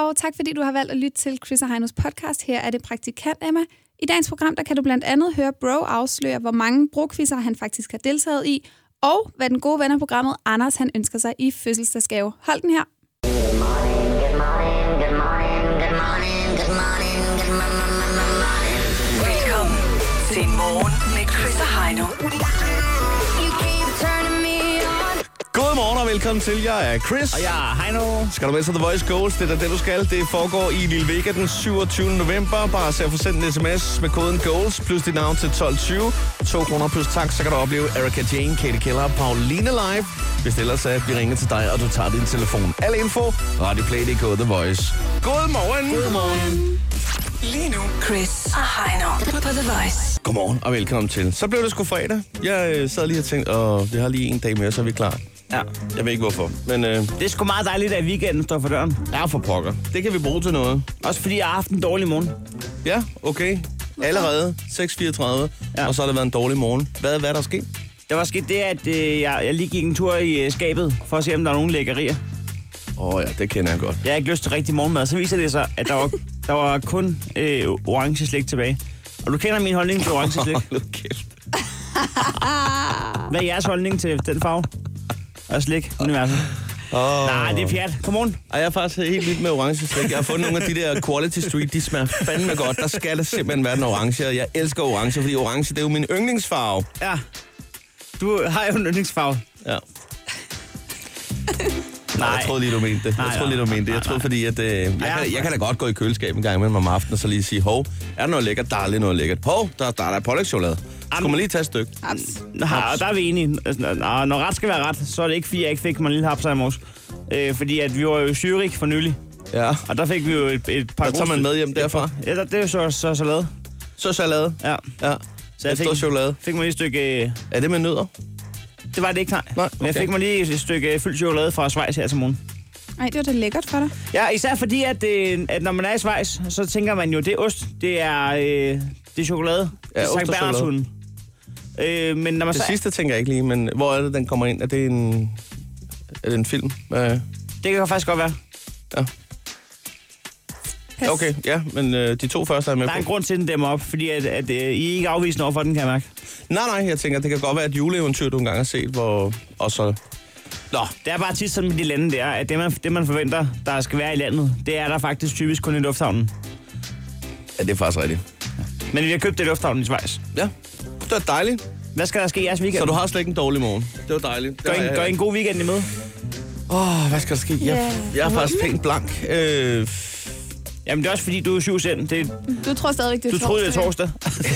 og tak fordi du har valgt at lytte til Chris og Heinos podcast. Her er det praktikant Emma. I dagens program der kan du blandt andet høre Bro afsløre, hvor mange brokvisser han faktisk har deltaget i, og hvad den gode ven af programmet, Anders, han ønsker sig i fødselsdagsgave. Hold den her. Velkommen til Morgen med Chris og Heino. Godmorgen og velkommen til. Jeg er Chris. Og jeg er Heino. Skal du med til The Voice Goals? Det er da det, du skal. Det foregår i Lille Vega den 27. november. Bare se at få sendt en sms med koden GOALS plus dit navn til 1220. 2 kroner plus tak, så kan du opleve Erika Jane, Katie Keller og Pauline live. Hvis ellers at vi ringer til dig, og du tager din telefon. Al info, radioplay.dk, The Voice. Godmorgen. Godmorgen. Lige nu, Chris og Heino på The Voice. Godmorgen og velkommen til. Så blev det sgu fredag. Jeg øh, sad lige og tænkte, og det har lige en dag mere, så er vi klar. Ja. Jeg ved ikke hvorfor, men øh, Det er sgu meget dejligt, at weekenden står for døren. er for pokker. Det kan vi bruge til noget. Også fordi jeg har haft en dårlig morgen. Ja, okay. Allerede 6.34, ja. Ja. og så har det været en dårlig morgen. Hvad, hvad er der sket? Der var sket det, at øh, jeg, jeg lige gik en tur i øh, skabet, for at se, om der er nogen lækkerier. Åh oh, ja, det kender jeg godt. Jeg har ikke lyst til rigtig morgenmad, så viser det sig, at der var, der var kun øh, orange slik tilbage. Og du kender min holdning til orange slik. Hold nu kæft. Hvad er jeres holdning til den farve? Og slik, universet. Oh. Nej, det er pjat. Godmorgen. Ej, jeg er faktisk helt vild med orange slik. Jeg har fundet nogle af de der Quality Street, de smager fandme godt. Der skal der simpelthen være den orange, og jeg elsker orange, fordi orange, det er jo min yndlingsfarve. Ja. Du har jo en yndlingsfarve. Ja. Nej. Nej. Jeg troede lige, du mente det. Jeg Nej, troede lige, du nej, mente det. Jeg troede, fordi at, øh, jeg, kan, jeg kan da godt gå i køleskabet en gang imellem om aftenen, og så lige sige, hov, er der noget lækkert? Der er lidt noget lækkert. Hov, der, der er der pålægschokolade. Skulle man lige tage et stykke? Haps. Nej, og der er vi enige. Altså, når- når, når ret skal være ret, så er det ikke, fordi jeg ikke fik mig en lille hapser i morges. Øh, fordi at vi var jo i Zürich for nylig, Ja. og der fik vi jo et, et par Der tager gode- man med hjem derfra. Ja, der, det er jo så, så salade. Så salade. Ja. Ja. Så Så jeg fik... chokolade. fik mig lige et stykke... øh, Er det med nødder? Det var det ikke, nej. Nej, Men jeg okay. fik mig lige et stykke øh, fyldt chokolade fra Schweiz her til morgen. Ej, det var da lækkert for dig. Ja, især fordi, at, øh, at når man er i Schweiz, så tænker man jo, det er ost, det er, øh, det er chokolade. Ja, det ost er og Sankt chokolade. Bernhardshunden. Øh, men når man Det så, sidste tænker jeg ikke lige, men hvor er det, den kommer ind? Er det en, er det en film? Øh, det kan faktisk godt være. Pas. okay, ja, men øh, de to første er jeg med Der er en på. grund til, at den dæmmer op, fordi at, at, øh, I er ikke afvisende overfor den, kan jeg mærke. Nej, nej, jeg tænker, det kan godt være et juleeventyr, du engang har set, hvor... Og så... Nå, Det er bare tit sådan med de lande der, at det man, det man forventer, der skal være i landet, det er der faktisk typisk kun i lufthavnen. ja, det er faktisk rigtigt. Men vi har købt det i lufthavnen i Schweiz. Ja, det var dejligt. Hvad skal der ske i jeres weekend? Så du har slet ikke en dårlig morgen. Det var dejligt. gør, en, gør en god weekend i møde. Åh, hvad skal der ske? Jeg, Ja. jeg er faktisk pænt blank. Øh, Jamen det er også fordi, du er syv cent. Det, Du tror stadigvæk, det er du troede det er torsdag. torsdag.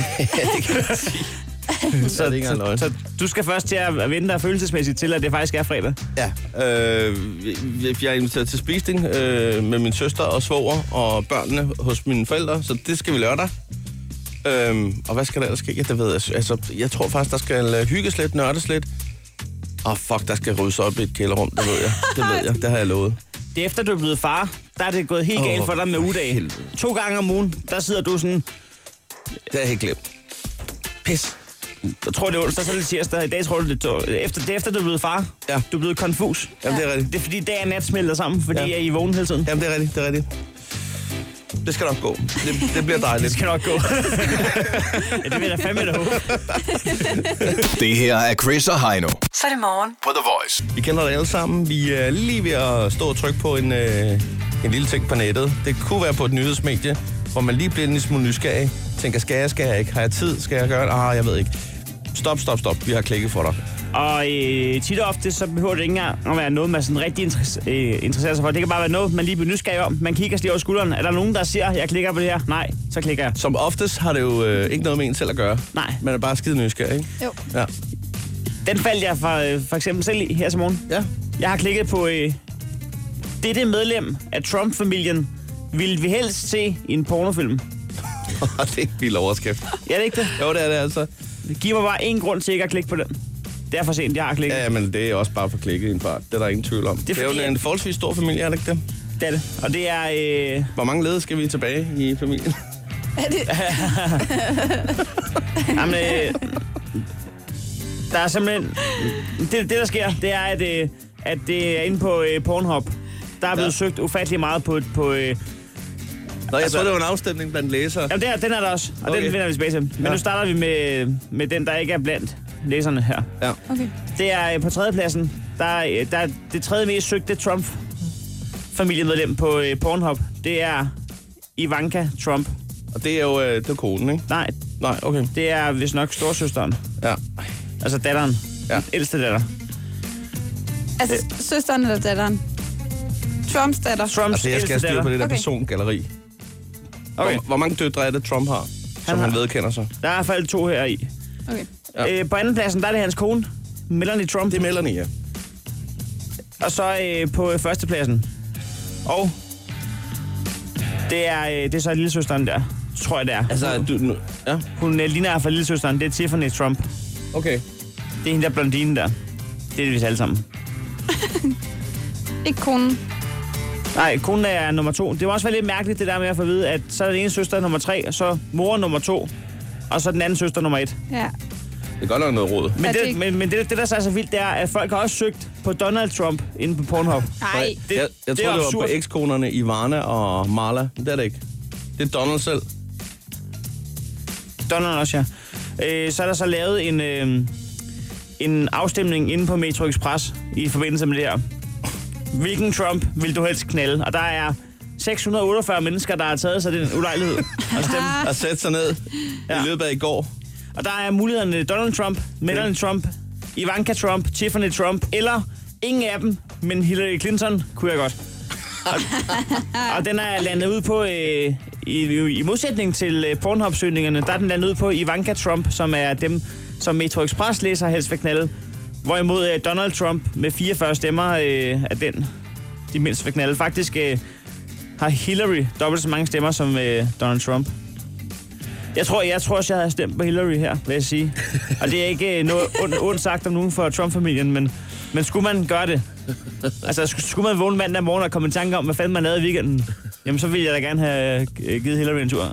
så, er det ikke engang løgn. Så Altså, du skal først til at vente dig følelsesmæssigt til, at det faktisk er fredag. Ja, øh, jeg- jeg er inviteret til spisning øh, med min søster og svoger og børnene hos mine forældre, så det skal vi lørdag. Øhm, og hvad skal der ellers ske? Ja, det ved jeg. Altså, jeg tror faktisk, der skal øh, hygges lidt, nørdes lidt. Åh, oh, fuck, der skal ryddes op i et kælderrum, det ved jeg. Det ved jeg, det har jeg lovet. Det er efter, du er blevet far, der er det gået helt Åh, galt for dig med for ugedage. helvede. To gange om ugen, der sidder du sådan, Det har jeg helt glemt. Pis. jeg tror det er onsdag, så er det tirsdag. I dag tror du det er tor- efter, det er efter, du er blevet far. Ja. Du er blevet konfus. Jamen, det er rigtigt. Det er fordi dag og nat smelter sammen, fordi Ja. ja. I er vågen hele tiden. Jamen, det er rigtigt, det er rigtigt. Det skal nok gå. Det, det bliver Det dejligt. skal nok gå. ja, det vil jeg da fandme da håbe. Det her er Chris og Heino Så er det morgen. på The Voice. Vi kender det alle sammen. Vi er lige ved at stå og trykke på en, øh, en lille ting på nettet. Det kunne være på et nyhedsmedie, hvor man lige bliver en lille smule nysgerrig. Tænker, skal jeg, skal jeg ikke? Har jeg tid? Skal jeg gøre det? Ah, jeg ved ikke. Stop, stop, stop. Vi har klikket for dig. Og øh, tit og ofte, så behøver det ikke engang at være noget, man sådan rigtig interes- øh, interesserer sig for. Det kan bare være noget, man lige bliver nysgerrig om. Man kigger sig lige over skulderen. Er der nogen, der siger, jeg klikker på det her? Nej, så klikker jeg. Som oftest har det jo øh, ikke noget med en selv at gøre. Nej. Man er bare skide nysgerrig, ikke? Jo. Ja. Den faldt jeg for, øh, for eksempel selv i her til morgen. ja. Jeg har klikket på, øh, dette medlem af Trump-familien ville vi helst se i en pornofilm. det er en vild overskrift. Er det ikke det? Jo, det er det altså. Giv mig bare en grund til ikke at klikke på den. Det er for sent, jeg har klikket. Ja, men det er også bare for klikket i en fart. Det er der ingen tvivl om. Det er, fordi, jo en at- forholdsvis stor familie, er det ikke det? Det er det. Og det er... Øh, Hvor mange led skal vi tilbage i familien? Er det? Jamen, øh, der er simpelthen... Det, det, der sker, det er, at, øh, at det er inde på øh, Pornhub. Der er blevet Ja. ja. søgt ufattelig meget på... på øh, Nå, jeg Altså- tror, det var en afstemning blandt læsere. jamen, der, den er der også, og okay. Okay. den vender vi tilbage til. Men Ja. ja. nu starter vi med, med den, der ikke er blandt læserne her. Ja. Okay. Det er øh, på tredjepladsen. Der er, øh, der er det tredje mest søgte Trump-familiemedlem på øh, Pornhub. Det er Ivanka Trump. Og det er jo øh, det er konen, ikke? Nej, Nej, okay. det er vist nok storsøsteren. Ja. Altså datteren. Ja. Ja. Den ældste datter. Altså, søsteren eller datteren? Trumps datter. Trumps Altså, jeg skal have ældste styr på datter. det der Okay. persongalleri. Okay. Okay. Hvor, hvor mange døtre er det, Trump har, som han, Han har- vedkender sig? Der er i hvert fald to her i. Okay. Ja. Ja. Øh, på andenpladsen, der er det hans kone, Melanie Trump. Det er Melanie, ja. Og så øh, på øh, førstepladsen. Og det er, øh, det er så lillesøsteren der, tror jeg det er. Altså, du, nu, ja, Hun øh, ligner i hvert fald lillesøsteren, det er Tiffany Trump. okay. Det er hende der blondine der. Det er det vist alle sammen. Ikke konen. Nej, konen er nummer to. Det var også være lidt mærkeligt det der med at få at vide, at så er den ene søster nummer tre, og så mor nummer to, og så den anden søster nummer et. Ja. Det er godt nok noget råd. Er Men, det det, ikke- men, men det, det, der så er så vildt, det er, at folk har også søgt på Donald Trump inde på Pornhub. Nej. Det, jeg, jeg det tror, det, er var absurd. på ekskonerne Ivana og Marla. Men Det er det ikke. Det er Donald selv. Donald også, ja. Øh, så er der så lavet en, øh, en afstemning inde på Metro Express i forbindelse med det her. Hvilken Trump vil du helst knalde? Og der er 648 mennesker, der har taget sig den ulejlighed at stemme. Og sætte sig ned ja. i Ja. løbet af i går. Og der er mulighederne Donald Trump, Melanie Trump, Ivanka Trump, Tiffany Trump, eller ingen af dem, men Hillary Clinton kunne jeg godt. Og, og den er landet ud på, øh, i, i modsætning til øh, Pornhub-søgningerne, der er den landet ud på Ivanka Trump, som er dem, som Metro Express læser helst vil knalde. Hvorimod øh, Donald Trump med 44 stemmer øh, er den, de mindst vil knalde. Faktisk øh, har Hillary dobbelt så mange stemmer som øh, Donald Trump. Jeg tror, jeg tror også, jeg havde stemt på Hillary her, vil jeg sige. Og det er ikke øh, noget ondt, ondt sagt om nogen for Trump-familien, men, men skulle man gøre det? Altså, skulle, skulle man vågne mandag morgen og komme i tanke om, hvad fanden man lavede i weekenden? Jamen, så ville jeg da gerne have øh, givet Hillary en tur. Men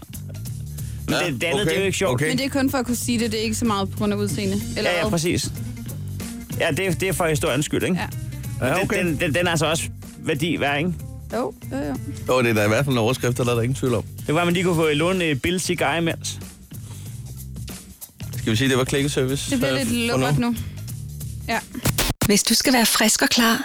Ja, ja, det, det andet, okay, det er jo ikke sjovt. okay. Okay. Men det er kun for at kunne sige det. Det er ikke så meget på grund af udseende. Eller Ja, ja, hvad? præcis. Ja, det, er- det er for historiens skyld, ikke? Ja. Ja, Den, den, den, den er altså også værdi værd, ikke? Jo, jo, jo. Jo, det er da i hvert fald en overskrift, der er der ingen tvivl om. Det var, at man lige kunne få låne øh, Bill cigar imens. Skal vi sige, det var klikkeservice? Det bliver øh, lidt for lukket nu. Ja. Hvis du skal være frisk og klar,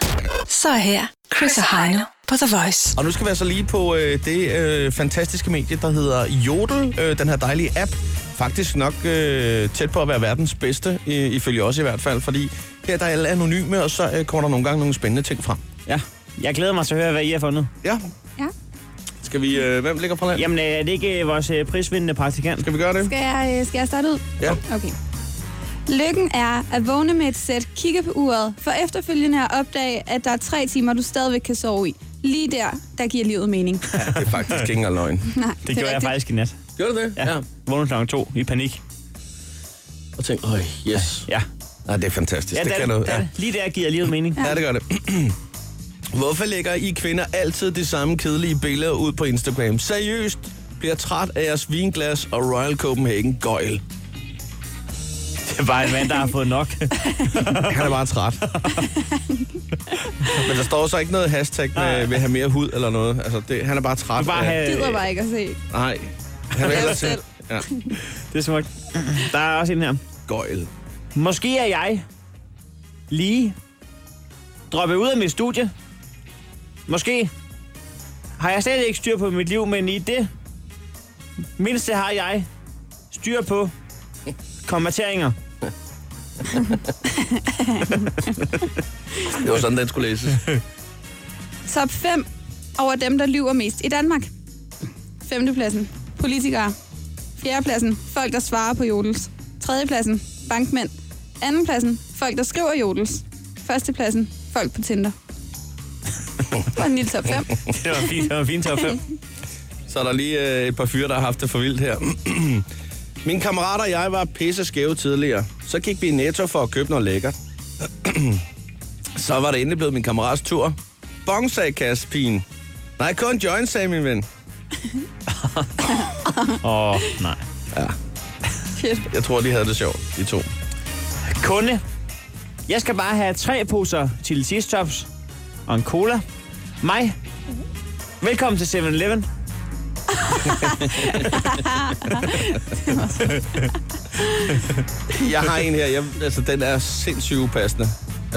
så er her Chris og Heino på The Voice. Og nu skal vi altså lige på øh, det øh, fantastiske medie, der hedder Jodel, øh, den her dejlige app. Faktisk nok øh, tæt på at være verdens bedste, øh, ifølge os i hvert fald, fordi her der er alle anonyme, og så øh, kommer der nogle gange nogle spændende ting frem. Ja. Jeg glæder mig til at høre, hvad I har fundet. Ja, Ja. skal vi... Øh, hvem ligger på land? Jamen, øh, er det ikke øh, vores øh, prisvindende praktikant? Skal vi gøre det? Skal jeg, øh, skal jeg starte ud? Ja. Okay. Lykken er at vågne med et sæt, kigge på uret, for efterfølgende at opdage, at der er tre timer, du stadigvæk kan sove i. Lige der, der giver livet mening. Nej, Det er faktisk ikke engang løgn. det, Det er gjorde jeg rigtigt. faktisk i nat. Gør du det? Ja. Vågnede klokken to i panik. Og tænk, øj, yes. Ja. Nej, det er fantastisk. ja det der- kan noget. der- Ja. Lige der giver livet mening. ja, det gør det. Hvorfor lægger I kvinder altid de samme kedelige billeder ud på Instagram? Seriøst, bliver træt af jeres vinglas og Royal Copenhagen gøjl. Det er bare en mand, der har fået nok. Han er bare træt. Men der står så ikke noget hashtag med, Nej. vil have mere hud eller noget. Altså, det, han er bare træt. Bare af- have, Gider bare ikke at se. Nej. Han vil hellere selv. Ja. det er smukt. Der er også en her. Gøjl. Måske er jeg lige droppet ud af mit studie. Måske har jeg slet ikke styr på mit liv, men i det mindste har jeg styr på konverteringer. Det var sådan, den skulle læses. Top 5 over dem, der lyver mest i Danmark. Femtepladsen. Politikere. Fjerdepladsen. Folk, der svarer på jodels. Tredjepladsen. Bankmænd. Andenpladsen. Folk, der skriver jodels. Førstepladsen. Folk på Tinder. Det var en lille top 5. Det var fint, det var fint top 5. Så er der lige øh, et par fyre, der har haft det for vildt her. Min kammerat og jeg var pisse skæve tidligere. Så gik vi i Netto for at købe noget lækkert. Så var det endelig blevet min kammerats tur. Bong, sagde kassepigen. Nej, kun joint, sagde min ven. Åh, oh, nej. Shit. Jeg tror, de havde det sjovt, de to. Kunde, jeg skal bare have tre poser til Tops og en cola. Mig. Velkommen til 7-Eleven. Jeg har en her, jeg, altså den er sindssygt upassende.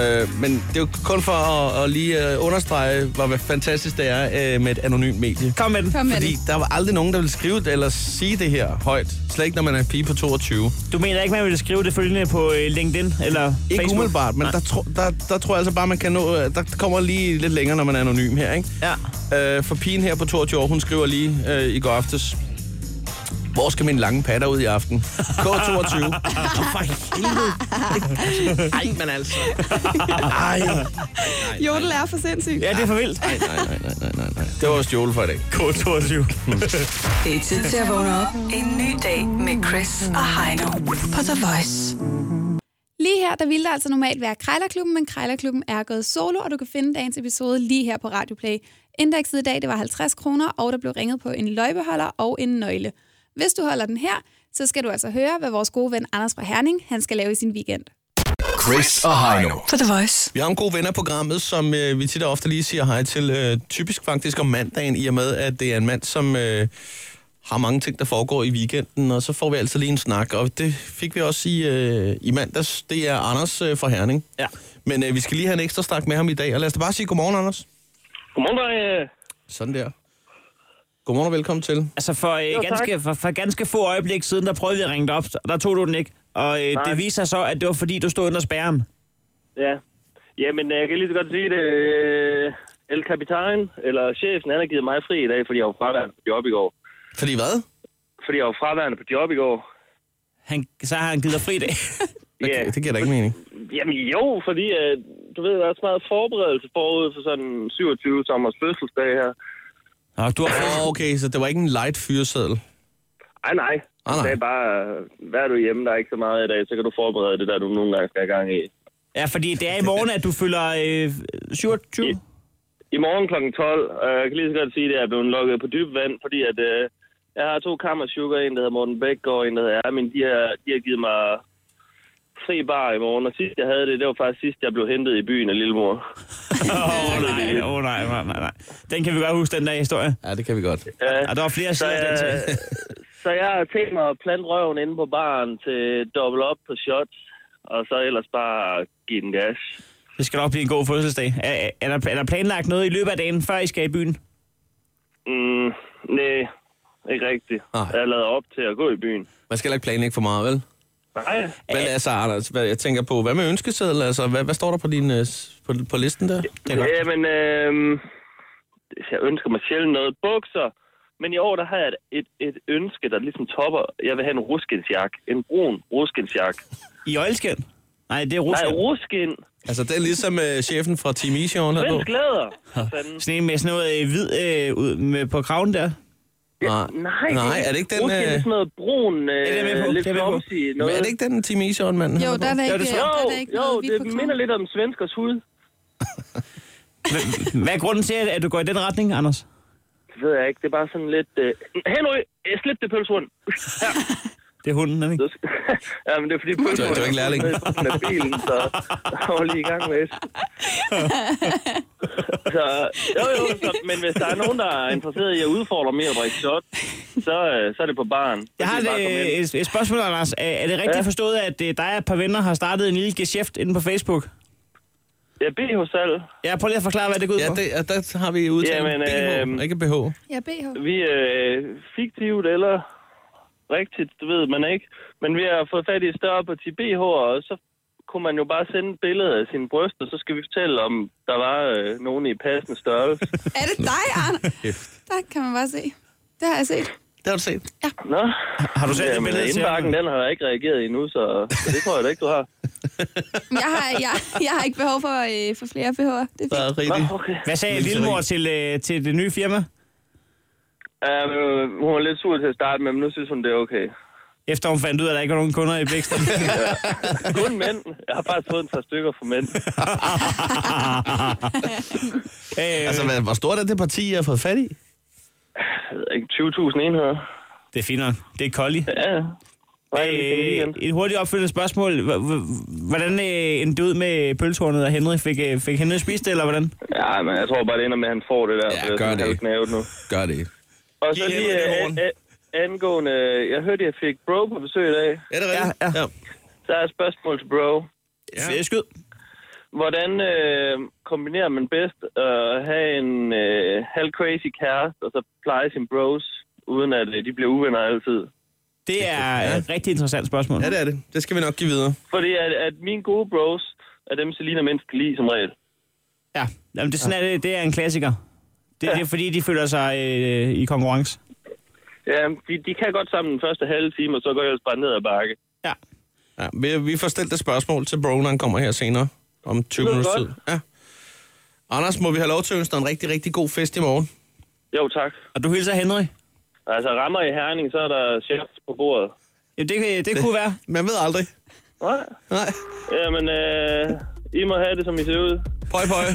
Øh, men det er jo kun for at, at lige øh, understrege, hvor fantastisk det er øh, med et anonymt medie. Kom med den. Kom med Fordi det. der var aldrig nogen, der ville skrive det eller sige det her højt. Slet ikke, når man er en pige på 22. Du mener ikke, man ville skrive det følgende på øh, LinkedIn eller Ikke Facebook? umiddelbart, men Nej. der, tro, der, der tror jeg altså bare, man kan nå... øh, Der kommer lige lidt længere, når man er anonym her, ikke? Ja. Øh, for pigen her på 22 år, hun skriver lige øh, i går aftes... Hvor skal min lange patter ud i aften? K22. Åh, for Ah. helvede. Ej, men altså. Ej. Jodel er for sindssygt. Ja, det er for vildt. Nej, nej, nej, nej, nej, nej, nej. Det var stjålet for i dag. K22. Det er tid til at vågne op En ny dag med Chris og Heino. på The Voice. Lige her, der ville der altså normalt være Krejlerklubben, men Krejlerklubben er gået solo, og du kan finde dagens episode lige her på Radioplay. Indekset i dag, det var 50 kroner, og der blev ringet på en løjbeholder og en nøgle. Hvis du holder den her, så skal du altså høre, hvad vores gode ven Anders fra Herning, han skal lave i sin weekend. Chris og Heino. På The Voice. Vi har en god ven af programmet, som øh, vi tit og ofte lige siger hej til. Øh, typisk faktisk om mandagen, i og med, at det er en mand, som øh, har mange ting, der foregår i weekenden. Og så får vi altid lige en snak, og det fik vi også i, øh, i mandags. Det er Anders øh, fra Herning. Ja. Men øh, vi skal lige have en ekstra snak med ham i dag. Og lad os da bare sige godmorgen, Anders. Godmorgen, drenge. Sådan der. Godmorgen og velkommen til. Altså for, øh, tak. ganske, for, for ganske få øjeblik siden, der prøvede vi at ringe dig op, og der tog du den ikke. Og øh, det viser sig så, at det var fordi, du stod under spærren. Ja. Jamen, jeg kan lige så godt sige det. Øh, El Capitan, eller chefen, han har givet mig fri i dag, fordi jeg var fraværende på job i går. Fordi hvad? Fordi jeg var fraværende på job i går. Han, så har han givet dig fri dag. Ja, Okay, Det giver da ikke mening. jamen jo, fordi øh, du ved, der er så meget forberedelse forud for sådan 27 sommers fødselsdag her. Nå, du har Åh, Okay, så det var ikke en light fyreseddel. Ej, nej. Ah, nej. Det er bare, øh, vær du hjemme, der er ikke så meget i dag, så kan du forberede det, der du nogle gange skal have gang i. Ja, fordi det er i morgen, at du fylder øh, 27. Ja. I morgen kl. 12, øh, jeg kan lige så godt sige, at jeg er blevet lukket på dyb vand, fordi at, øh, jeg har to kammersugar, en der hedder Morten Bæk og en der hedder Ermin. De har, de har givet mig fri bar i morgen, og sidst jeg havde det, det var faktisk sidst, jeg blev hentet i byen af Lillemor. Åh nej, åh nej, nej, nej, nej. Den kan vi godt huske, den der historie. Ja, det kan vi godt. Øh, Og der var flere så, sider af den jeg, til. så jeg har tænkt mig at plante røven inde på baren til dobbelt op på shots, og så ellers bare give den gas. Det skal nok blive en god fødselsdag. Er, er, der, er der planlagt noget i løbet af dagen, før I skal i byen? Mm, nej, ikke rigtigt. Nej. Jeg er lavet op til at gå i byen. Man skal heller ikke planlægge for meget, vel? Nej, Men altså, Anders, hvad, jeg tænker på, hvad med ønskeseddel? Altså, hvad, hvad står der på, din, øh, s- på, på listen der? Det er Jamen, øh, jeg ønsker mig sjældent noget bukser. Men i år, der har jeg et, et, et ønske, der ligesom topper. Jeg vil have en ruskinsjakke. En brun ruskinsjakke. I Øjelsken? Nej, det er Nej, Rusland. ruskin. altså, det er ligesom øh, chefen fra Team Easy hun er på. Svensk læder. Fanden. Sådan en med sådan noget øh, hvid øh, ud med, på kraven der. Nej, Nej, er det ikke den, Ruskin øh, er sådan noget brun, øh, det er jeg med på. lidt Det er jeg med på. clumsy Men noget. er det ikke den Team Easy mand Jo, der er der Jo, ikke, det tror der jeg. er der Jo, ikke jo, noget hvidt på det minder krogen. lidt om svenskers hud. Hva- Hvad er grunden til, at at du går i den retning, Anders? Det ved jeg ikke. Det er bare sådan lidt... Øh... Henry, øh, slip det pølsehund. Ja. Det er hunden, er det ikke? ja, men det er fordi Det var- pølsehund det var ikke lærlingen. af bilen, så jeg var lige i gang med det. så, jo, jo, så, men hvis der er nogen, der er interesseret i at udfordre mere at drikke shot, så, øh, så er det øh, på baren. Så Jeg har kan I bare komme ind. et, øh, et, et spørgsmål, Anders. Er, er det rigtigt Ja. forstået, at øh, dig og et par venner har startet en lille geschæft inde på Facebook? Ja, BH salg. Ja, prøv lige at forklare, hvad det går ud Ja, på. det, ja, der har vi udtalt Jamen, BH, øhm, ikke BH. Ja, BH. Vi er øh, fiktivt eller rigtigt, det ved man ikke. Men vi har fået fat i et større parti BH, og så kunne man jo bare sende et billede af sine bryst, og så skal vi fortælle, om der var øh, nogen i passende størrelse. Er det dig, Arne? Der kan man bare se. Det har jeg set. Det har du set. Nå, Har du sendt et Jamen, billede til ham? indbakken, den har jeg ikke reageret endnu, så det tror jeg da ikke, du har. Jeg har, jeg, jeg har ikke behov for, øh, for flere BH'er. Det er Der fint. er Nå, rigtigt. okay. Hvad sagde Lille Lillemor Marie. til, øh, til det nye firma? Um, hun var lidt sur til at starte med, men nu synes hun, det er okay. Efter hun fandt ud af, at der ikke var nogen kunder i Bliksten. Kun mænd. Jeg har faktisk fået en par stykker fra mænd. øh, Altså, hvad, hvor stort er det parti, jeg har fået fat i? Jeg ved ikke, 20.000 enheder. det er fint nok. Det er Collie. Ja, Hvad er det, vi skal Øh, igen? et hurtigt opfølgende spørgsmål. H- h- Hvordan øh, endte det ud med pølsehornet og Henry? Fik, øh, fik Henry spist det, eller hvordan? Ja, men jeg tror bare, det ender med, at han får det der. Ja, for jeg er gør sådan det. halvt gnavet nu. Gør det. Og så Giv lige Henrik det øh, horn. øh, angående... Jeg hørte, jeg fik bro på besøg i dag. Er det rigtigt? Ja, ja. Så er et spørgsmål til bro. Ja. Ja. Skyd. Hvordan øh, kombinerer man bedst at have en øh, halv crazy kæreste, og så pleje sin bros, uden at øh, de bliver uvenner altid? Det er et rigtig interessant spørgsmål. Ja, det er det. Det skal vi nok give videre. Fordi at, at mine gode bros er dem, Selina mindst kan lide som regel. Ja, Jamen, det, er sådan er det, det er en klassiker. Det, det er fordi, de føler sig øh, i konkurrence. Ja, de, de kan godt sammen den første halve time, og så går jeg ellers bare ned ad bakke. Ja. Ja, vi, vi får stillet et spørgsmål til Bro, når han kommer her senere. Om 20 Det lyder minutter tid. godt. Ja. Anders, må vi have lov til at ønske dig en rigtig, rigtig god fest i morgen? Jo, tak. Og du hilser Henry? Altså, rammer i Herning, så er der chef på bordet. Ja, det, det kunne være. Man ved aldrig. Nej. Nej. Jamen, øh, I må have det, som I ser ud. Pøj, pøj.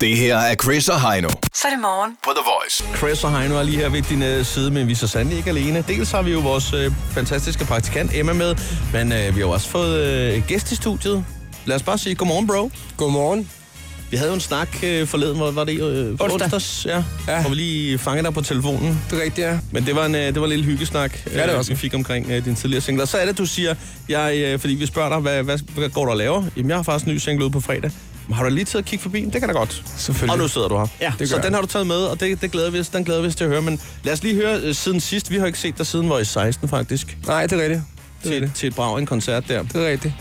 Det her er Chris og Heino Så er det morgen. på The Voice. Chris og Heino er lige her ved din øh, side, men vi er så sandelig ikke alene. Dels har vi jo vores øh, fantastiske praktikant Emma med, men øh, vi har jo også fået øh, en gæst i studiet. Lad os bare sige godmorgen, bro. Godmorgen. Vi havde jo en snak øh, forleden, hvor var det? Øh, onsdag. Onsdags, ja, ja. Hvor vi lige fangede dig på telefonen. Det er rigtigt, ja. Men det var en, øh, det var en lille hyggesnak, det var øh, også. vi fik omkring øh, din tidligere single. Og så er det, du siger, jeg, øh, fordi vi spørger dig, hvad, hvad, hvad går du og laver? Jamen, jeg har faktisk en ny single ude på fredag. Men har du lige tid at kigge forbi? Det kan da godt. Selvfølgelig. Og nu sidder du her. Ja, det så gør den har du taget med, og det, det glæder vi os, den glæder vi os til at høre. Men lad os lige høre øh, siden sidst. Vi har ikke set dig siden var i 16, faktisk. Nej, det er rigtigt. Det Til, er rigtigt. til et brag, en koncert der. Det er rigtigt.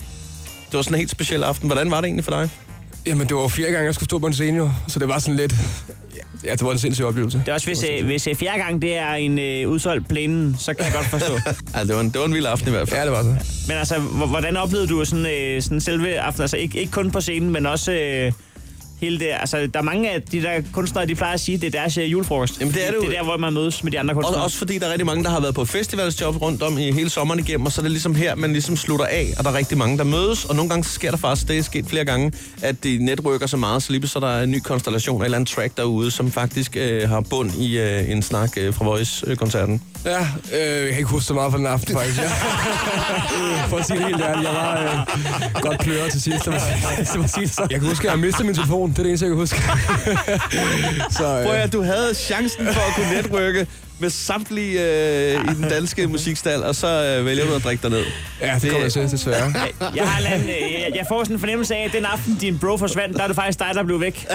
Det var sådan en helt speciel aften. Hvordan var det egentlig for dig? Jamen, det var jo fire gange, jeg skulle stå på en scene, jo, så det var sådan lidt... Ja, det var en sindssyg oplevelse. Det er også, hvis, øh, hvis øh, fjerde gang det er en øh, udsolgt plæne, så kan jeg godt forstå. Ja, det var, en, det var en vild aften i hvert fald. Ja, det var så. Men altså, h- hvordan oplevede du sådan, øh, sådan selve aftenen? Altså ikke, ikke kun på scenen, men også øh, hele det. Altså, der er mange af de der kunstnere, de plejer at sige, det er deres øh, julefrokost. Jamen, det er det jo. Det er der, hvor man mødes med de andre kunstnere. Og, også fordi der er rigtig mange, der har været på festivalsjob rundt om i hele sommeren igennem, og så er det ligesom her, man ligesom slutter af, og der er rigtig mange, der mødes, og nogle gange så sker der faktisk, det er sket flere gange, at de netrykker så meget, så lige så der er en ny konstellation eller en track derude, som faktisk øh, har bund i øh, en snak øh, fra Voice-koncerten. Ja, øh, jeg kan ikke huske så meget fra den aften, faktisk. Ja. For at sige det helt ærligt, jeg var øh, godt kløret til sidst. Som at sige så. Jeg kan huske, at jeg mistede min telefon. Det er det eneste, jeg kan huske. så, Prøv øh, at du havde chancen for at kunne netrykke med samtlige øh, i den danske musikstal, og så øh, vælger du at drikke dig ned. ja, det kommer jeg til, desværre. Jeg, har en, eller anden, øh, jeg- jeg får sådan en fornemmelse af, at den aften, din bro forsvandt, der er det faktisk dig, der blev væk.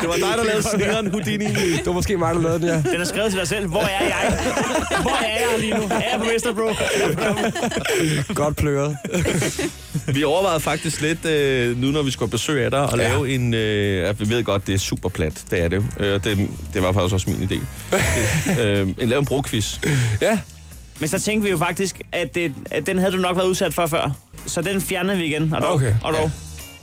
Det var dig, der lavede snigeren Houdini. Det var måske mig, der lavede den, ja. Den er skrevet til dig selv. Hvor er jeg? Hvor er jeg lige nu? Er jeg på Vesterbro? Godt pløret. Vi overvejede faktisk lidt, øh, nu når vi skulle have besøg af dig, at Ja. lave en... Øh, at vi ved godt, det er super plat. Det er det. Øh, det. Det var faktisk også min idé. Det, øh, en, lave en brugquiz. Ja, Men så tænkte vi jo faktisk, at, det, at den havde du nok været udsat for før. Så den fjernede vi igen. Og dog, Okay, og dog.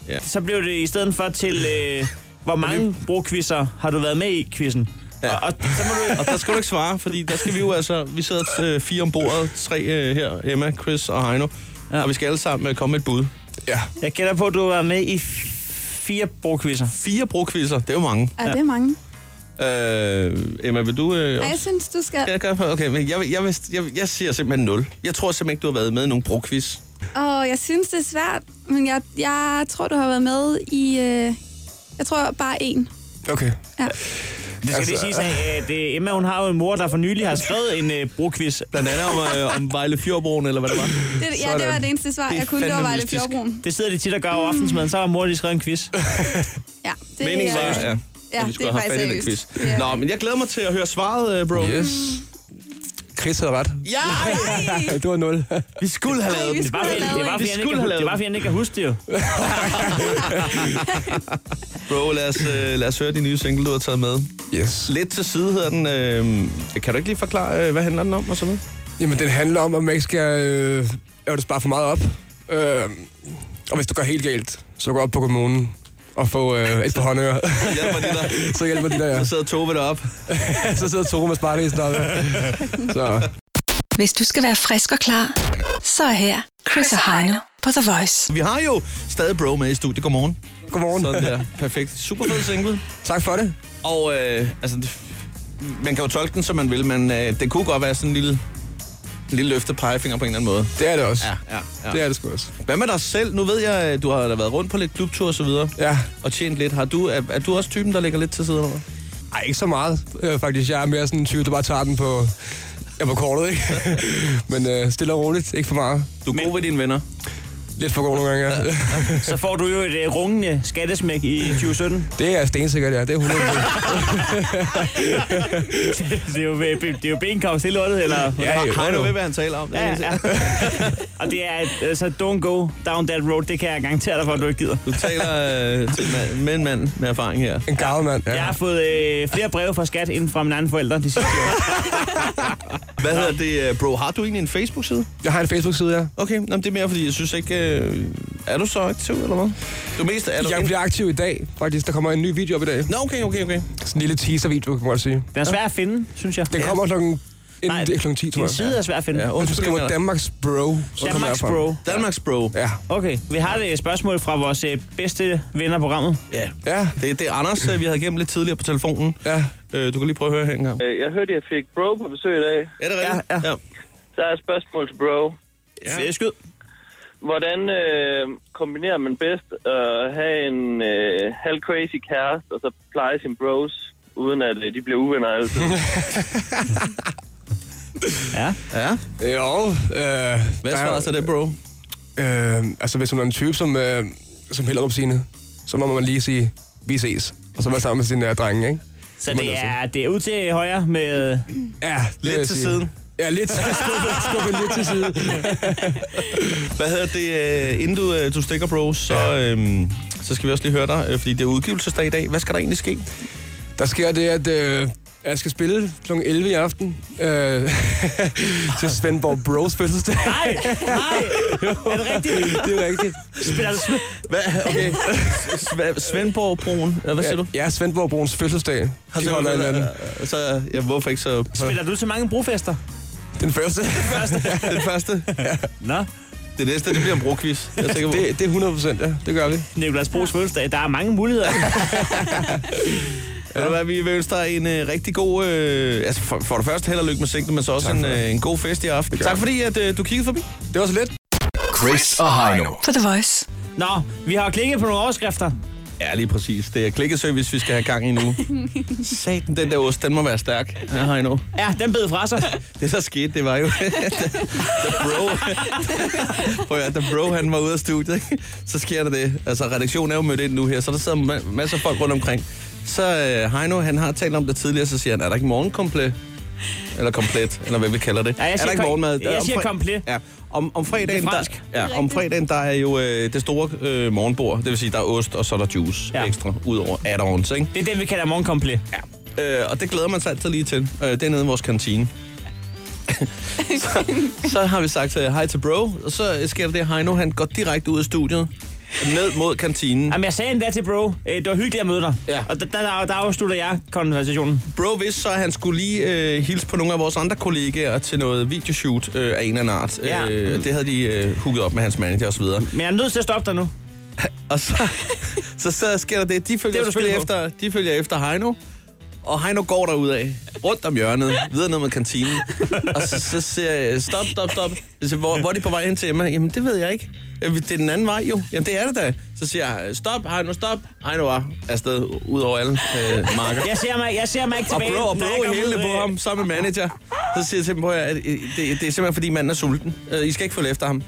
ja. Ja. Så blev det i stedet for til, øh, hvor mange brokvisser har du været med i quizzen? Ja. Og, og så må du, Og der skal du ikke svare, fordi der skal vi jo altså... Vi sidder øh, fire om bordet. Tre øh, her. Emma, Chris og Heino. Ja. Og vi skal alle sammen øh, komme med et bud. ja. jeg gætter på, at du var med i f- fire brokvisser. Fire brugquizzer. Det er jo mange. Er det er mange? Øh, Emma, vil du... Øh, Ej, jeg synes, du skal... jeg, gør, okay, men jeg, vil- jeg, vil- jeg, jeg, jeg siger simpelthen 0. Jeg tror simpelthen ikke, du har været med i nogen brugquiz. Og jeg synes, det er svært, men jeg, jeg tror, du har været med i... Øh, jeg tror bare en. Okay. Ja. Det skal altså, lige siges, at at, øh, Emma hun har jo en mor, der for nylig har skrevet en øh, brokviz. Blandt andet om, øh, om Vejle Fjordbroen, eller hvad det var. Det, ja, det var det eneste svar, Det er jeg kunne. Det var fandme Vejle mystisk. Fjordbroen. Det sidder de tit og gør over aftensmaden, så har mor lige skrevet en quiz. Ja, det, Meningen var, ja, ja, Ja, vi det skulle er have faktisk haft fat i den seriøst. quiz. Det er- Nå, men jeg glæder mig til at høre svaret, øh, bro. Yes. Chris havde ret. Ja, Det var nul. vi skulle have lavet Vi den. Det var, skulle fordi- have det var, lavet Vi fordi, han skulle ikke, have kan- lavet det var, fordi han ikke kan huske det jo. Bro, lad os, øh, lad os høre de nye single, du har taget med. Yes. Lidt til side hedder den. Øh, kan du ikke lige forklare, øh, hvad handler den om og sådan noget? Jamen, den handler om, at man ikke skal øh, at du sparer for meget op. Øh, og hvis du gør helt galt, så gå op på kommunen og få øh, et par håndører. Hjælp mig lige der. så hjælper de der, Så ja. sidder Tove derop. Så sidder Tore med spartæsen deroppe. Så Hvis du skal være frisk og klar, så er her Chris og Heino på The Voice. Vi har jo stadig Bro med i studiet. Godmorgen. godmorgen. Sådan der. Perfekt. Super fed single. Tak for det. Og øh, altså, det- man kan jo tolke den, som man vil, men øh, det kunne godt være sådan en lille en lille løftet pegefinger på en eller anden måde. Det er det også. Ja, ja, ja. Det er det sgu også. Hvad med dig selv? Nu ved jeg, at du har da været rundt på lidt klubtur og så videre. Ja. Og tjent lidt. Har du, er, er du også typen, der ligger lidt til siden? Eller? Ej, ikke så meget. Øh, faktisk, jeg er mere sådan en type, der bare tager den på... Jeg på kortet, ikke? Men øh, stille og roligt. Ikke for meget. Du er god ved dine venner. Lidt for god nogle gange, ja. Så får du jo et øh, rungende skattesmæk i 2017. Det er stensikkert, ja. Det er 100 det er jo, øh, det er jo benkavs hele lortet, eller... Ja, jo. Har du ved, hvad han taler om? Det er Ja, helt sikkert. ja. og det er, et, øh, så don't go down that road, det kan jeg garantere dig for, at du ikke gider. Du taler øh, til en mand, med en mand med erfaring her. En gavet mand, Jeg ja. har fået øh, flere breve fra skat inden fra mine anden forældre de sidste år. Hvad hedder det, øh, bro? Har du egentlig en Facebook-side? Jeg har en Facebook-side, ja. Okay, Nå, men det er mere, fordi jeg synes ikke... Øh, er du så aktiv, eller hvad? Du mest er du... Jeg bliver aktiv i dag, faktisk. Der kommer en ny video op i dag. Nå, okay, okay, okay. Sådan en lille teaser-video, kan man godt sige. Den er svær at finde, synes jeg. Den kommer klokken... Nej, Inden det er klokken 10, tror Din jeg. side er svær at finde. Ja, Ja, Og du skriver Danmarks Bro. så kommer jeg Danmarks frem. bro. Danmarks bro. Ja. Okay, vi har et øh, spørgsmål fra vores øh, bedste venner af programmet. Ja. Ja. Det, det er Anders, øh, vi havde gennem lidt tidligere på telefonen. Ja. Øh, du kan lige prøve at høre her en gang. Øh, Jeg hørte, at jeg fik bro på besøg i dag. Er det rigtigt? Ja, ja. Så er et spørgsmål til bro. Ja. Skyd. Hvordan øh, kombinerer man bedst at have en øh, halv crazy kæreste, og så pleje sine bros, uden at øh, de bliver uvenner altid? Ja. ja. Jo. Øh, Hvad der er- svarer så det, bro? Øh, altså, hvis man er en type som, øh, som Hellerup sine, så må man lige sige, vi ses. Og så være sammen med sine øh, drenge, ikke? Så Må man det altså. er, det er ud til højre med... Ja, det vil Lidt jeg til sige. siden. Ja, lidt til skubbe, skubbe lidt til side. Hvad hedder det, øh, inden du, øh, du stikker, bro, så, øhm, så skal vi også lige høre dig, øh, fordi det er udgivelsesdag i dag. Hvad skal der egentlig ske? Der sker det, at øh, jeg skal spille kl. 11 i aften øh, til Svendborg Bros fødselsdag. Nej, nej, er det rigtigt? det er rigtigt. Spiller du sm- Hvad? Okay. Sv- Svendborg-broen. Ja, hvad siger du? Ja, Svendborg Bruns fødselsdag. Har De du holder en anden. øh, så, ja, hvorfor ikke så... Spiller du til mange brofester? Den første. Den første. Nå, Det næste, det bliver en brokvist. Jeg er sikker på. det, det er 100 procent, ja. Det gør vi. Nicolas Bros fødselsdag, der er mange muligheder. Ved du hvad, vi vil ønske dig en øh, rigtig god... Øh, altså for, for det første held og lykke med singlen, men så også en, øh, en god fest i aften. Tak fordi, at øh, du kiggede forbi. Det var så let. Chris og Heino. På The Voice. Nå, vi har klikket på nogle overskrifter. Ja, lige præcis. Det er klikkeservice, vi skal have gang i nu. Satan, den der ost, den må være stærk. Ja, har I nu. Ja, den bed fra sig. Det, der skete, det var jo, da bro, prøv at, høre, da bro han var ude af studiet, ikke? så sker der det. Altså, redaktionen er jo mødt ind nu her, så der sidder ma- masser af folk rundt omkring. Så øh, Heino, han har talt om det tidligere, så siger han, er der ikke morgenkomplet? Eller komplet, eller hvad vi kalder det. Ja, jeg er siger der ikke kom- morgenmad? jeg Om siger fre- komplet. Ja. Om, om fredagen, Det er der, fransk. ja, om fredagen, der er jo øh, det store øh, morgenbord. Det vil sige, der er ost, og så er der juice Ja. ja. ekstra, ud over add-ons, ikke? Det er den, vi kalder morgenkomplet. Ja. Øh, og det glæder man sig altid lige til. Øh, det er nede i vores kantine. så, så har vi sagt øh, hej til bro, og så sker der det, at Heino han går direkte ud af studiet, ned mod kantinen. Jamen, jeg sagde endda til bro, øh, det var hyggeligt at møde dig. Ja. Og der, der, der afslutter jeg konversationen. Bro vidste så, at han skulle lige øh, hilse på nogle af vores andre kollegaer til noget videoshoot øh, af en eller anden art. Ja. Øh, det havde de øh, hooket op med hans manager osv. Og, så videre. Men jeg er nødt til at stoppe dig nu. og så, så, så sker der det, de følger, Det det var du selvfølgelig spillet efter, de følger efter Heino. Og Heino går derudad, rundt om hjørnet, videre ned mod kantinen. Og så, så siger jeg, stop, stop, stop. Jeg siger, hvor, hvor er de på vej hen til Emma? Jamen, det ved jeg ikke. "Jamen, Det er den anden vej jo. Jamen, det er det da. Så siger jeg, stop, Heino, stop. Heino var afsted ud over alle øh, marker. Jeg ser mig, jeg ser mig ikke Og tilbage. bro, og når jeg bro i kommer hælene ud, på øh, ham, sammen med manager. Så siger jeg til dem, prøv at høre, at øh, det, det er simpelthen fordi manden er sulten. Øh, I skal ikke følge efter ham.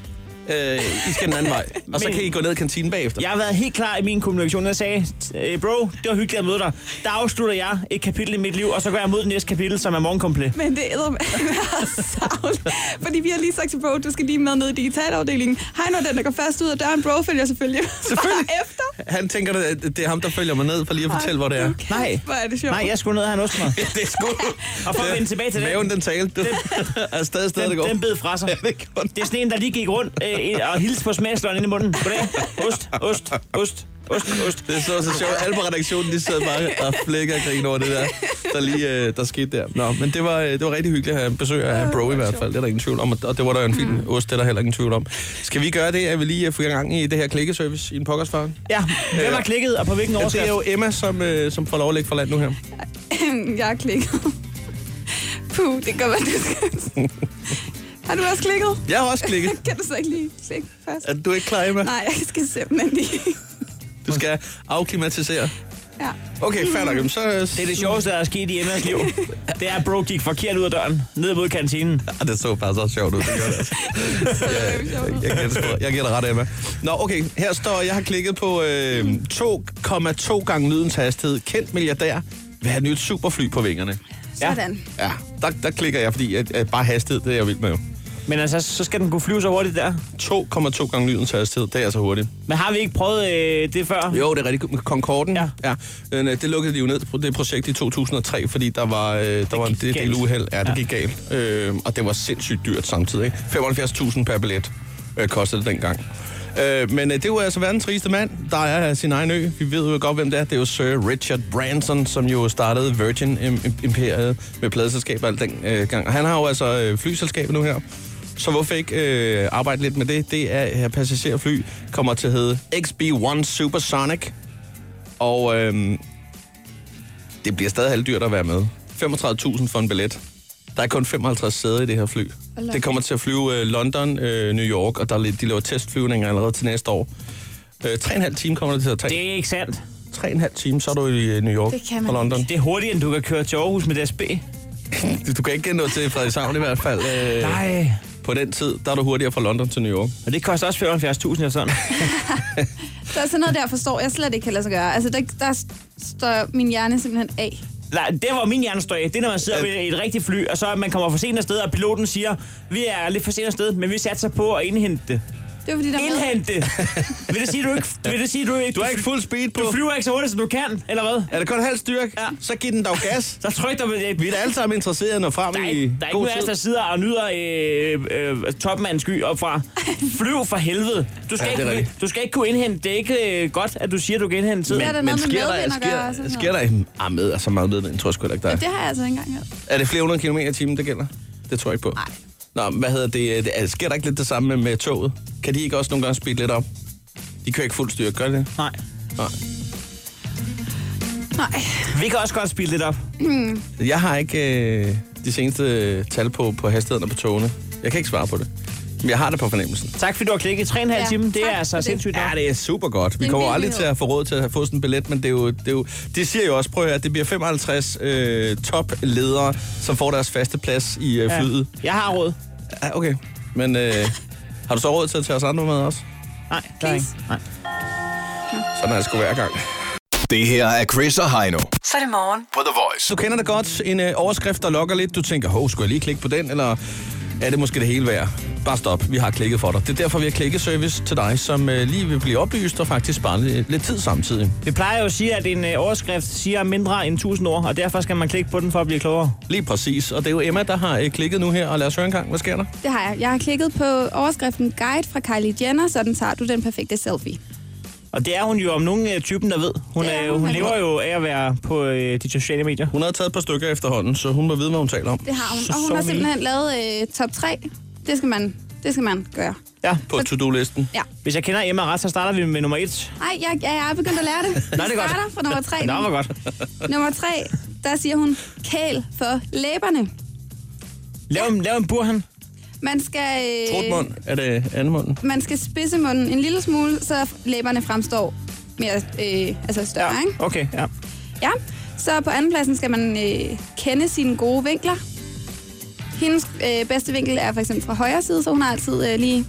Øh, I skal den anden vej. Og så Men- kan I gå ned i kantinen bagefter. Jeg har været helt klar i min kommunikation, jeg sagde, øh, bro, det var hyggeligt at møde dig. Der afslutter jeg et kapitel i mit liv, og så går jeg mod det næste kapitel, som er morgenkomplet. Men det er meget savl, fordi vi har lige sagt til Bro, du skal lige med ned i digitalafdelingen. Hej, når den der går først ud af døren, Bro følger selvfølgelig, Selvfølgelig. bare efter. Han tænker, at det er ham, der følger mig ned, for lige at fortælle, hvor det er. Okay, Nej. Hvor er det sjovt. Nej, jeg skulle ned og have en ost mig. Det er sgu... Og for at vende tilbage til Altså, den, Maven, den talte. Det er stadig, stadig det den, går. den bed fra sig. Ja, det gjorde den. Det er sådan en, der lige gik rundt øh, og hilste på smagsløgn ind i munden. Goddag. Ost, ost, ost, ost, ost. Det er så, så sjovt. Alle på redaktionen, de sidder bare og flækker og griner over det der, der lige øh, der skete der. Nå, men det var, øh, det var rigtig hyggeligt at have besøg af Bro i hvert fald. Det er der ingen tvivl om, og- og det var der jo en fin ost, det er der heller ingen tvivl om. Skal vi gøre det, at vi lige øh, får gang i det her klikkeservice i en pokkersfarm? Ja, hvem har klikket, og på hvilken Ja, det overskrift? er jo Emma, som, øh, som får lov at lægge for land nu her. jeg har klikket. Puh, det gør, hvad du skal. Har du også klikket? Jeg har også klikket. Kan du så ikke lige klikke først? Er du ikke klar, Emma? Nej, jeg skal simpelthen lige... Du skal afklimatisere. Ja. Okay, fair nok. Jamen, Så, Det er det sjoveste, der er sket i Emmas liv. Det er, at bro gik forkert ud af døren, ned mod kantinen. Ah, det så faktisk også sjovt ud. Det gjorde det altså. Jeg- Jeg gætter, sgu- jeg gætter ret, Emma. Nå, okay. Her står, jeg har klikket på øh, 2,2 gange lydens hastighed. Kendt milliardær vil have nyt superfly på vingerne. Ja. Sådan. Ja, der, der klikker jeg, fordi at, at bare hastighed, det er jeg vild med. jo. Men altså, så skal den kunne flyve så hurtigt der. 2,2 gange lydens hastighed, det er altså hurtigt. Men har vi ikke prøvet øh, det før? Jo, det er rigtigt. Concorden, Ja. ja. Den, øh, det lukkede de jo ned, det projekt i 2003, fordi der var, øh, der var en gik del galt. del uheld. Ja, det ja. gik galt. Øh, og det var sindssygt dyrt samtidig. ikke? 75.000 per billet øh, kostede det dengang. Øh, men øh, det er jo altså verdens rigeste mand, der er af sin egen ø. Vi ved jo godt, hvem det er. Det er jo Sir Richard Branson, som jo startede Virgin Im- Im- Imperiet med pladeselskaber alt den øh, gang. Og han har jo altså øh, flyselskabet nu her. Så hvorfor ikke øh, arbejde lidt med det? Det er, at passagerfly kommer til at hedde XB-1 Supersonic. Og øhm, det bliver stadig halvdyrt at være med. 35.000 for en billet. Der er kun 55 sæder i det her fly. Hold da op. Det kommer til at flyve øh, London, øh, New York, og der er lidt, de laver testflyvninger allerede til næste år. Øh, 3,5 time kommer det til at Det tage. er ikke sandt. 3,5 time, så er du i øh, New York Det kan man og London. Det er hurtigere, end du kan køre til Aarhus med DSB. Du kan ikke nå til Frederikshavn i hvert fald. Øh, Nej. På den tid, der er du hurtigere fra London til New York. Og det koster også 75.000 eller sådan. Der er sådan noget, der forstår jeg slet ikke kan lade sig gøre. Altså, der, der står min hjerne simpelthen af. Nej, det var min hjernestøj. Det er, når man sidder ved et rigtigt fly, og så man kommer for sent afsted, og piloten siger, vi er lidt for sent afsted, men vi satser på at indhente det. Det var fordi, der med- Indhente det! vil det sige, du ikke... Vil det sige, du ikke... Du er ikke fuld speed på. Du flyver ikke så hurtigt, som du kan, eller hvad? Er det kun halv styrke? Ja. Så giv den dog gas. Så tryk dig med det. Vi er da alle sammen interesserede i at nå frem Der er i ikke, der er ikke god nogen af os, tid. der sidder og nyder øh, øh, topmandens sky opfra. Flyv for helvede. Du skal, Ja, det er ja, ikke, rigtigt. du skal ikke kunne indhente. Det er ikke øh, godt, at du siger, du kan indhente tid. Men- er der noget med medvind at gøre og sker, sådan sker der en ah, med, altså meget medvind, tror jeg sgu heller ikke, der er. Det har jeg altså ikke engang hørt. Er det flere hundrede kilometer i timen, det gælder? Det tror jeg ikke på. Nej. Nå, men hvad hedder det? det er, sker der ikke lidt det samme med, med toget? Kan de ikke også nogle gange speede lidt op? De kører ikke fuld styr, gør de det? Nej. Nej. Nej. Vi kan også godt spille lidt op. Jeg har ikke øh, de seneste øh, tal på, på hastigheden og på togene. Jeg kan ikke svare på det. Men jeg har det på fornemmelsen. Tak fordi du har klikket. 3,5 ja, Ja, timer, det tak er altså for det. sindssygt nok. Ja, det er super godt. Vi en kommer jo vild aldrig nyhed. til at få råd til at få sådan en billet, men det er jo, det er jo, de siger jo også, prøv at høre, det bliver 55 øh, topledere, som får deres faste plads i øh, flyet. Jeg har råd. Ja, okay. Men øh, har du så råd til at tage os andre med også? Nej, der er ikke. Nej. Sådan er det sgu hver gang. Det her er Chris og Heino Så er det morgen. på The Voice. Du kender det godt. En øh, overskrift, der lokker lidt. Du tænker, hov, skulle jeg lige klikke på den, eller er det måske det hele værd? Bare stop. Vi har klikket for dig. Det er derfor, vi har klikkeservice til dig, som øh, lige vil blive oplyst og faktisk spare lidt, lidt tid samtidig. Vi plejer jo at sige, at en øh, overskrift siger mindre end 1000 ord, og derfor skal man klikke på den for at blive klogere. Lige præcis. Og det er jo Emma, der har øh, klikket nu her. Og lad os høre en gang. Hvad sker der? Det har jeg. Jeg har klikket på overskriften Guide fra Kylie Jenner, sådan tager du den perfekte selfie. Og det er hun jo om nogen øh, typen, der ved. Hun, Det er er, hun, hun han lever ved. jo af at være på øh, de sociale medier. Hun har taget et par stykker efterhånden, så hun må vide, hvad hun taler om. Det har hun. Så- Og hun så har vildt. simpelthen lavet øh, top 3. Det skal man, det skal man gøre. Ja. På to-do-listen. Ja. Hvis jeg kender Emma ret, så starter vi med nummer et. Ej, jeg, jeg, jeg er begyndt at lære det. Vi Nå, det er godt. starter fra nummer 3. Nå, hvor godt. Nummer 3, der siger hun, kæl for læberne. Lav, en, lav en burhan. Man skal, øh, Trotmund. Er det anden munden? man skal spidse munden en lille smule, så læberne fremstår mere, øh, altså større, ja. ikke? Okay, ja. Ja, så på andenpladsen skal man øh, kende sine gode vinkler. Hendes øh, bedste vinkel er for eksempel fra højre side, så hun har altid øh, lige...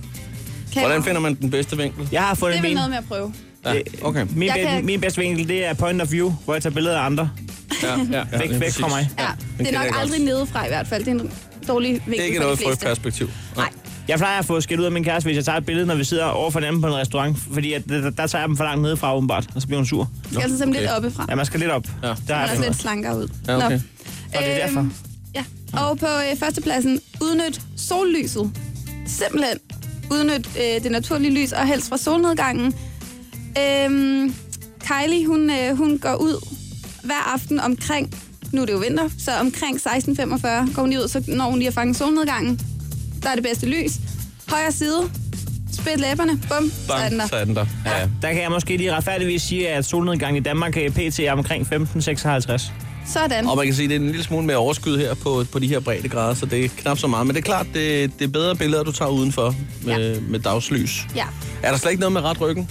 Kamera. Hvordan finder man den bedste vinkel? Jeg har det fundet er vel min. øh, noget med at prøve. Ja, okay. Min, Jeg be- kan- min bedste vinkel, det er point of view, hvor jeg tager billeder af andre. Ja, ja, ja, Væk, lige væk fra præcis. Ja, mig. det kender er jeg nok godt. aldrig nedefra i hvert fald. Det er en dårlig vinkel Det er ikke for noget de fleste. frøperspektiv. Nej, Jeg plejer at få skæld ud af min kæreste, hvis jeg tager et billede, når vi sidder over for hinanden på en restaurant, fordi at, der, der, tager jeg dem for langt nedefra åbenbart, og så bliver hun sur. det skal altså simpelthen lidt oppefra. Ja, man skal lidt op. Ja. Der Man er er også lidt slankere ud. Ja, okay. Nå. Og det er derfor. Øhm, ja. Og på øh, førstepladsen, udnyt sollyset. Simpelthen udnyt øh, det naturlige lys, og helst fra solnedgangen. Øhm, Kylie, hun, øh, hun går ud hver aften omkring, nu er det jo vinter, så omkring 16.45 går hun lige ud, så når hun lige at fange solnedgangen. Der er det bedste lys. Højre side, spidt læberne, bum, så er den Bang, der. så er den der. Ja. Der kan jeg måske lige retfærdigvis sige, at solnedgangen i Danmark øh, pt. er omkring 15.56. Sådan. Og man kan sige, at det er en lille smule mere overskud her på, på de her brede grader, så det er knap så meget. Men det er klart, det, det er bedre billeder, du tager udenfor med, ja. med dagslys. Ja, Er der slet ikke noget med ret ryggen?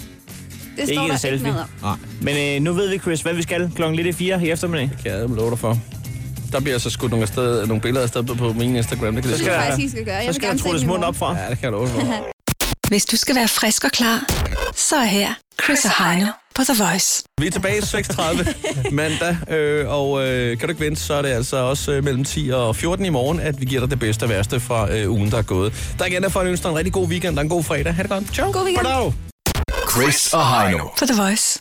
det Ikke står en der ikke selfie. noget om. Nej, Men øh, nu ved vi, Chris, hvad vi skal klokken lidt i fire i eftermiddag. det kan jeg love dig for. Der bliver så skudt nogle, afsted, nogle billeder afsted på min Instagram. Det kan Det det skal er der- faktisk, I skal gøre. Jeg Så vil skal der gerne se trulles den i mund morgen. op fra. Ja, det kan jeg love dig for. Hvis du skal være frisk og klar, så er her Chris og Heino på The Voice. Vi er tilbage 6.30 mandag, øh, og øh, kan du ikke vente, så er det altså også øh, mellem 10 og 14 i morgen, at vi giver dig det bedste og værste fra øh, ugen, der er gået. Der er igen, for at ønske dig en rigtig god weekend og en god fredag. Ha' det godt. Ciao. God weekend. Goddag. Chris og Heino. På The Voice.